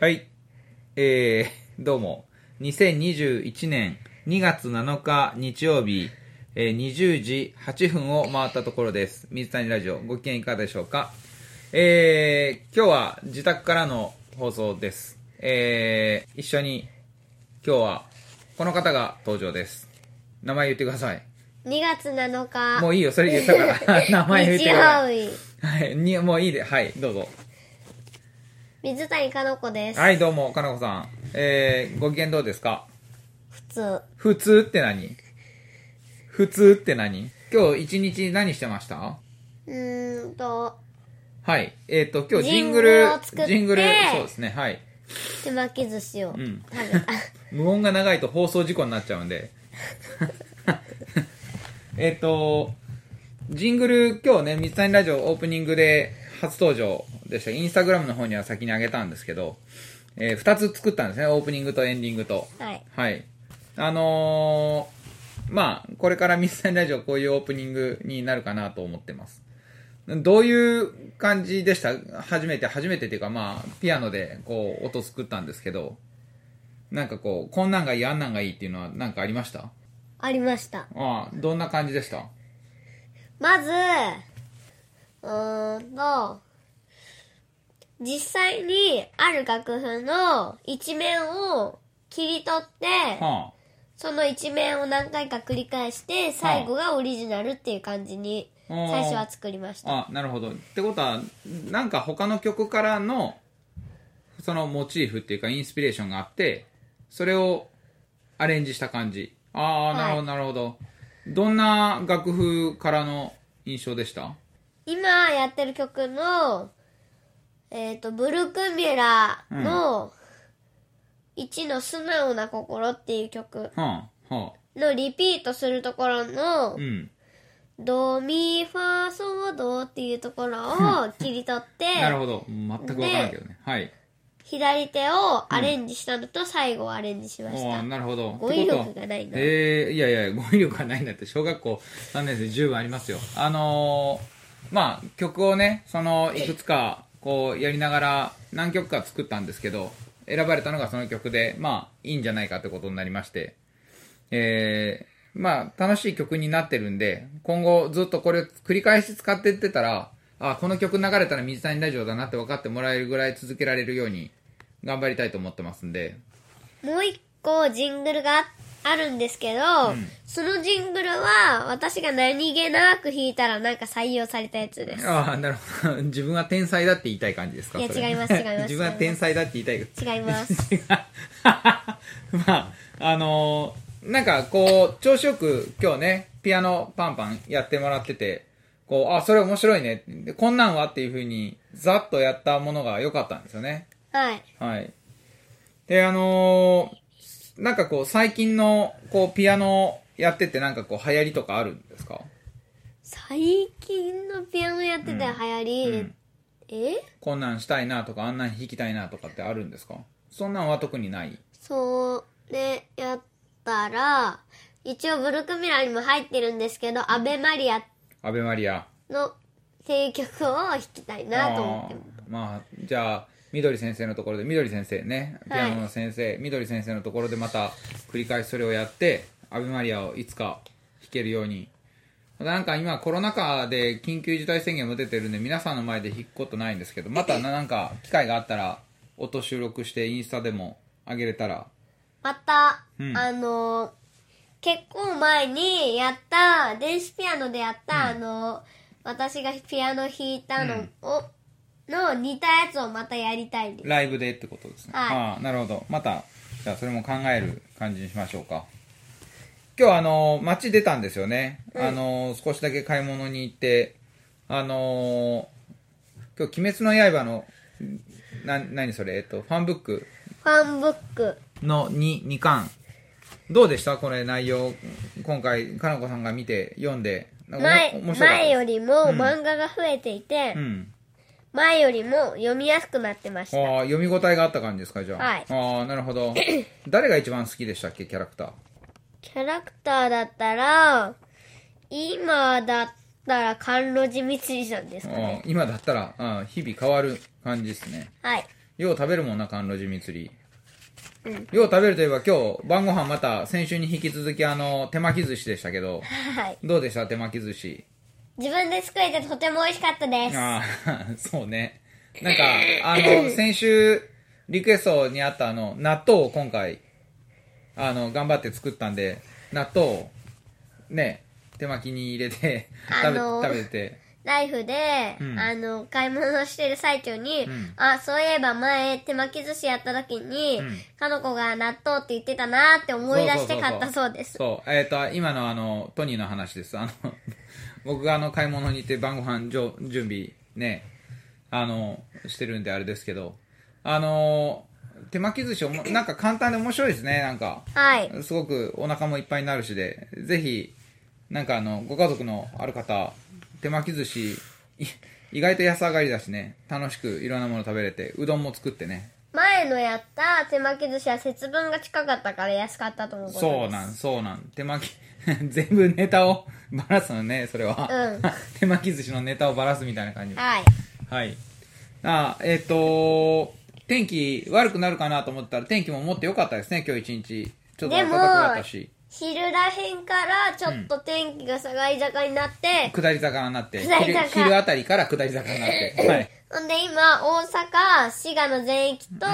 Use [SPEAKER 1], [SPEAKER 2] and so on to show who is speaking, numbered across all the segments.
[SPEAKER 1] はい。えー、 どうも。2021年2月7日日曜日、えー20時8分を回ったところです。水谷ラジオ、ご機嫌いかがでしょうか。えー、今日は自宅からの放送です。えー、一緒に、今日は、この方が登場です。名前言ってください。
[SPEAKER 2] 2月7日。
[SPEAKER 1] もういいよ、それ言った から。 名前言ってください。
[SPEAKER 2] 日曜日
[SPEAKER 1] はい、にもういいで、はい、どうぞ。
[SPEAKER 2] 水谷香奈子です。
[SPEAKER 1] はい、どうも、かなこさん。えー、ご機嫌どうですか
[SPEAKER 2] 普通。
[SPEAKER 1] 普通って何普通って何今日一日何してました
[SPEAKER 2] うーんと、
[SPEAKER 1] はい。えっ、と、今日ジ
[SPEAKER 2] ジ
[SPEAKER 1] ン
[SPEAKER 2] ング
[SPEAKER 1] グル
[SPEAKER 2] ルを作っ、て
[SPEAKER 1] ジングル、そうですね、はい。
[SPEAKER 2] 手巻き寿司を食
[SPEAKER 1] う
[SPEAKER 2] べ
[SPEAKER 1] ん
[SPEAKER 2] た。
[SPEAKER 1] 無音が長いと放送事故になっちゃうんで。 えっと、ジングル、今日ね、水谷ラジオオープニングで初登場でした。インスタグラムの方には先にあげたんですけど、え2つ作ったんですね、オープニングとエンディングと。
[SPEAKER 2] はい。
[SPEAKER 1] はい。あのーまあ、これから水谷ラジオこういうオープニングになるかなと思ってます。どういう感じでした初めて、初めてっていうか、まあ、ピアノでこう、音作ったんですけど、なんかこう、こんなんがいい、あんなんがいいっていうのはなんかありました
[SPEAKER 2] ありました。
[SPEAKER 1] ああ、どんな感じでした
[SPEAKER 2] まず、うーんと、実際にある楽譜の一面を切り取って、
[SPEAKER 1] は
[SPEAKER 2] その一面を何回か繰り返して、最後がオリジナルっていう感じに、
[SPEAKER 1] あー
[SPEAKER 2] 最初は作りました。
[SPEAKER 1] あ、あ、なるほど。ってことは、なんか他の曲からの、そのモチーフっていうか、インスピレーションがあって、それをアレンジした感じ。ああ、なる
[SPEAKER 2] は
[SPEAKER 1] ほど、
[SPEAKER 2] い
[SPEAKER 1] なるほど。どんな楽譜からの印象でした
[SPEAKER 2] 今やってる曲の、えっ、と、ブルクミュラの、1の素直な心っていう曲
[SPEAKER 1] はあ、は
[SPEAKER 2] のリピートするところ
[SPEAKER 1] あ、
[SPEAKER 2] の
[SPEAKER 1] う、ん。
[SPEAKER 2] ドミファソドっていうところを切り取って、
[SPEAKER 1] なるほど。全くわからんけどね。はい。
[SPEAKER 2] 左手をアレンジしたのと最後をアレンジしまし
[SPEAKER 1] お
[SPEAKER 2] た。
[SPEAKER 1] ーなるほど。
[SPEAKER 2] 語彙力
[SPEAKER 1] ってこと
[SPEAKER 2] がないな
[SPEAKER 1] えーいやいや、語彙力がないんだって、小学校3年生十分ありますよ。あのーまあ、曲をね、その、いくつか、こう、やりながら、何曲か作ったんですけど、選ばれたのがその曲で、まあ、いいんじゃないかってことになりまして、えーまあ、楽しい曲になってるんで、今後ずっとこれを繰り返し使っていってたら、あ、この曲流れたら水谷ラジオだなって分かってもらえるぐらい続けられるように、頑張りたいと思ってますんで、
[SPEAKER 2] もう一個ジングルがあるんですけど、そのジングルは私が何気なく弾いたらなんか採用されたやつです。
[SPEAKER 1] ああ、なるほど。 自分は天才だって言いたい感じですか
[SPEAKER 2] いや
[SPEAKER 1] それ
[SPEAKER 2] 違います違います
[SPEAKER 1] 自分は天才だって言いた い。
[SPEAKER 2] 違います。
[SPEAKER 1] 違うまあ、あのーなんかこう、調子よく今日ね、ピアノパンパンやってもらってて、こう、あ、それ面白いね。でこんなんはっていう風に、ざっとやったものが良かったんですよね。
[SPEAKER 2] はい。
[SPEAKER 1] はい。で、あのーなんかこう、最近の、こう、ピアノやっててなんかこう、流行りとかあるんですか
[SPEAKER 2] 最近のピアノやってた流行り、
[SPEAKER 1] うん
[SPEAKER 2] え
[SPEAKER 1] こんなんしたいなとかあんなん弾きたいなとかってあるんですかそんなんは特にない
[SPEAKER 2] そうね、やったら、一応ブルックミラーにも入ってるんですけど、アベマリア
[SPEAKER 1] アベマリア
[SPEAKER 2] の定曲を弾きたいなと思ってます。
[SPEAKER 1] あーまあじゃあみどり先生のところでみどり先生ねピ
[SPEAKER 2] はい
[SPEAKER 1] アノの先生、みどり先生のところでまた繰り返しそれをやってアベマリアをいつか弾けるようになんか今コロナ禍で緊急事態宣言も出てるんで皆さんの前で弾くことないんですけどまたななんか機会があったら音収録してインスタでも上げれたら
[SPEAKER 2] また、
[SPEAKER 1] うん
[SPEAKER 2] あの、結構前にやった、電子ピアノでやった、あの、私がピアノ弾いたのを、の似たやつをまたやりたいです。
[SPEAKER 1] ライブでってことですね。
[SPEAKER 2] はい
[SPEAKER 1] ああ、なるほど。また、じゃあそれも考える感じにしましょうか。今日あの、街出たんですよね。あの、少しだけ買い物に行って、あの、今日、鬼滅の刃の、な、何それ、えっと、ファンブック
[SPEAKER 2] ファンブック。
[SPEAKER 1] の2、2巻。どうでしたこれ内容、今回、かなこさんが見て、読んで。なんか
[SPEAKER 2] 前
[SPEAKER 1] おも面白かった
[SPEAKER 2] 前よりも
[SPEAKER 1] ん
[SPEAKER 2] 漫画が増えていて、
[SPEAKER 1] うん。
[SPEAKER 2] 前よりも読みやすくなってました
[SPEAKER 1] ああ、読み応えがあった感じですか、じゃあ。
[SPEAKER 2] はい
[SPEAKER 1] ああ、なるほど。誰が一番好きでしたっけ、キャラクター。
[SPEAKER 2] キャラクターだったら今だったら甘露寺光さんですかね
[SPEAKER 1] うん今だったら、うん日々変わる感じですね。
[SPEAKER 2] はい
[SPEAKER 1] よう食べるもんな、甘露寺祭り。
[SPEAKER 2] うん
[SPEAKER 1] よう食べるといえば今日晩ご飯また先週に引き続きあの手巻き寿司でしたけど
[SPEAKER 2] はい。
[SPEAKER 1] どうでした手巻き寿司
[SPEAKER 2] 自分で作れてとても美味しかったです。
[SPEAKER 1] ああ そうねなんかあの先週リクエストにあったあの納豆を今回あの頑張って作ったんで納豆をね手巻きに入れて
[SPEAKER 2] あ
[SPEAKER 1] 食べ,、
[SPEAKER 2] のー
[SPEAKER 1] 食べて
[SPEAKER 2] ライフで、
[SPEAKER 1] うん
[SPEAKER 2] あの、買い物してる最中に、
[SPEAKER 1] うん
[SPEAKER 2] あ、そういえば前、手巻き寿司やった時に、
[SPEAKER 1] うん
[SPEAKER 2] かのこが納豆って言ってたなーって思い出して
[SPEAKER 1] そうそうそうそう
[SPEAKER 2] 買ったそうです。
[SPEAKER 1] そうえっ、と今のあのトニーの話ですあの 僕があの買い物に行って晩ご飯じょ準備ねあのしてるんであれですけどあの手巻き寿司おもなんか簡単で面白いですねなんか
[SPEAKER 2] はい。
[SPEAKER 1] すごくお腹もいっぱいになるしで、ぜひ、なんかあの、ご家族のある方、手巻き寿司、い意外と安上がりだしね、楽しくいろんなもの食べれて、うどんも作ってね。
[SPEAKER 2] 前のやった手巻き寿司は節分が近かったから安かったとのことです。
[SPEAKER 1] そうなん、そうなん。手巻き、 全部ネタを ばらすのね、それは。
[SPEAKER 2] うん
[SPEAKER 1] 手巻き寿司のネタをばらすみたいな感じ。
[SPEAKER 2] はい。
[SPEAKER 1] はい。あ、えっ、と天気悪くなるかなと思ったら、天気ももっと良かったですね、今日一日。ちょっと
[SPEAKER 2] で
[SPEAKER 1] 暖
[SPEAKER 2] も
[SPEAKER 1] かくなったし、
[SPEAKER 2] 昼らへんからちょっと天気が下がり坂になって、
[SPEAKER 1] 下り坂になって、
[SPEAKER 2] 下り
[SPEAKER 1] 昼
[SPEAKER 2] 坂
[SPEAKER 1] 昼あたりから下り坂になって。 はい。
[SPEAKER 2] ほんで今、大阪、滋賀の全域と、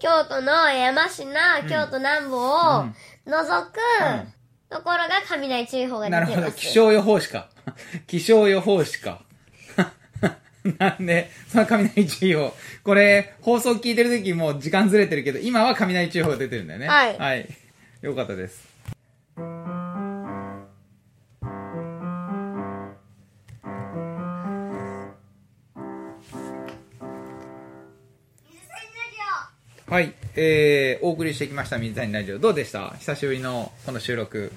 [SPEAKER 2] 京都の山科、京都南部を除く、ところが雷注意報が
[SPEAKER 1] なる
[SPEAKER 2] 出て
[SPEAKER 1] ほ
[SPEAKER 2] ま
[SPEAKER 1] ど。
[SPEAKER 2] す。
[SPEAKER 1] 気象予報士か。 気象予報士か。 なんで、その雷注意報。これ、放送聞いてる時もう時間ずれてるけど、今は雷注意報が出てるんだよね。
[SPEAKER 2] はい
[SPEAKER 1] はい。よかったです。はい。えー、お送りしてきました水谷ラジオ。どうでした久しぶりのこの収録。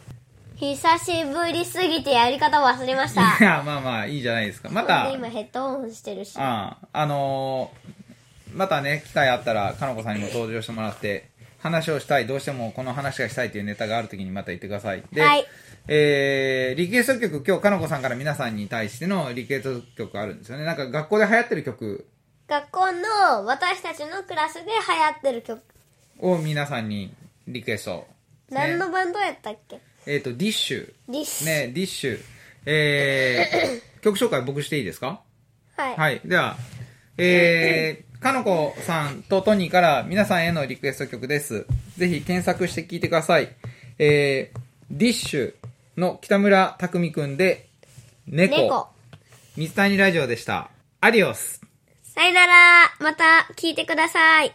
[SPEAKER 2] 久しぶりすぎてやり方忘れまし
[SPEAKER 1] い
[SPEAKER 2] た。ほ
[SPEAKER 1] や、まあまあ、いいじゃないですか。 ま
[SPEAKER 2] ん
[SPEAKER 1] た
[SPEAKER 2] で、今ヘッドホンしてるし。は
[SPEAKER 1] あああのーまたね機会あったらかのこさんにも登場してもらって話をしたいどうしてもこの話がしたいというネタがある時にまた言ってくださいで、
[SPEAKER 2] はい
[SPEAKER 1] えーリクエスト曲今日かのこさんから皆さんに対してのリクエスト曲あるんですよねなんか学校で流行ってる曲
[SPEAKER 2] 学校の私たちのクラスで流行ってる曲。
[SPEAKER 1] を皆さんにリクエスト、
[SPEAKER 2] 何のバンドやったっけ
[SPEAKER 1] えっ、とディッシュ
[SPEAKER 2] リス。
[SPEAKER 1] ねディッシュえー曲紹介僕していいですか
[SPEAKER 2] はい。
[SPEAKER 1] はい。では、えー、かのこさんとトニーから皆さんへのリクエスト曲です。ぜひ検索して聴いてください。えー、ディッシュの北村匠海くんで、猫。
[SPEAKER 2] 猫。
[SPEAKER 1] 水谷ラジオでした。アディオス。
[SPEAKER 2] さよなら。また聞いてください。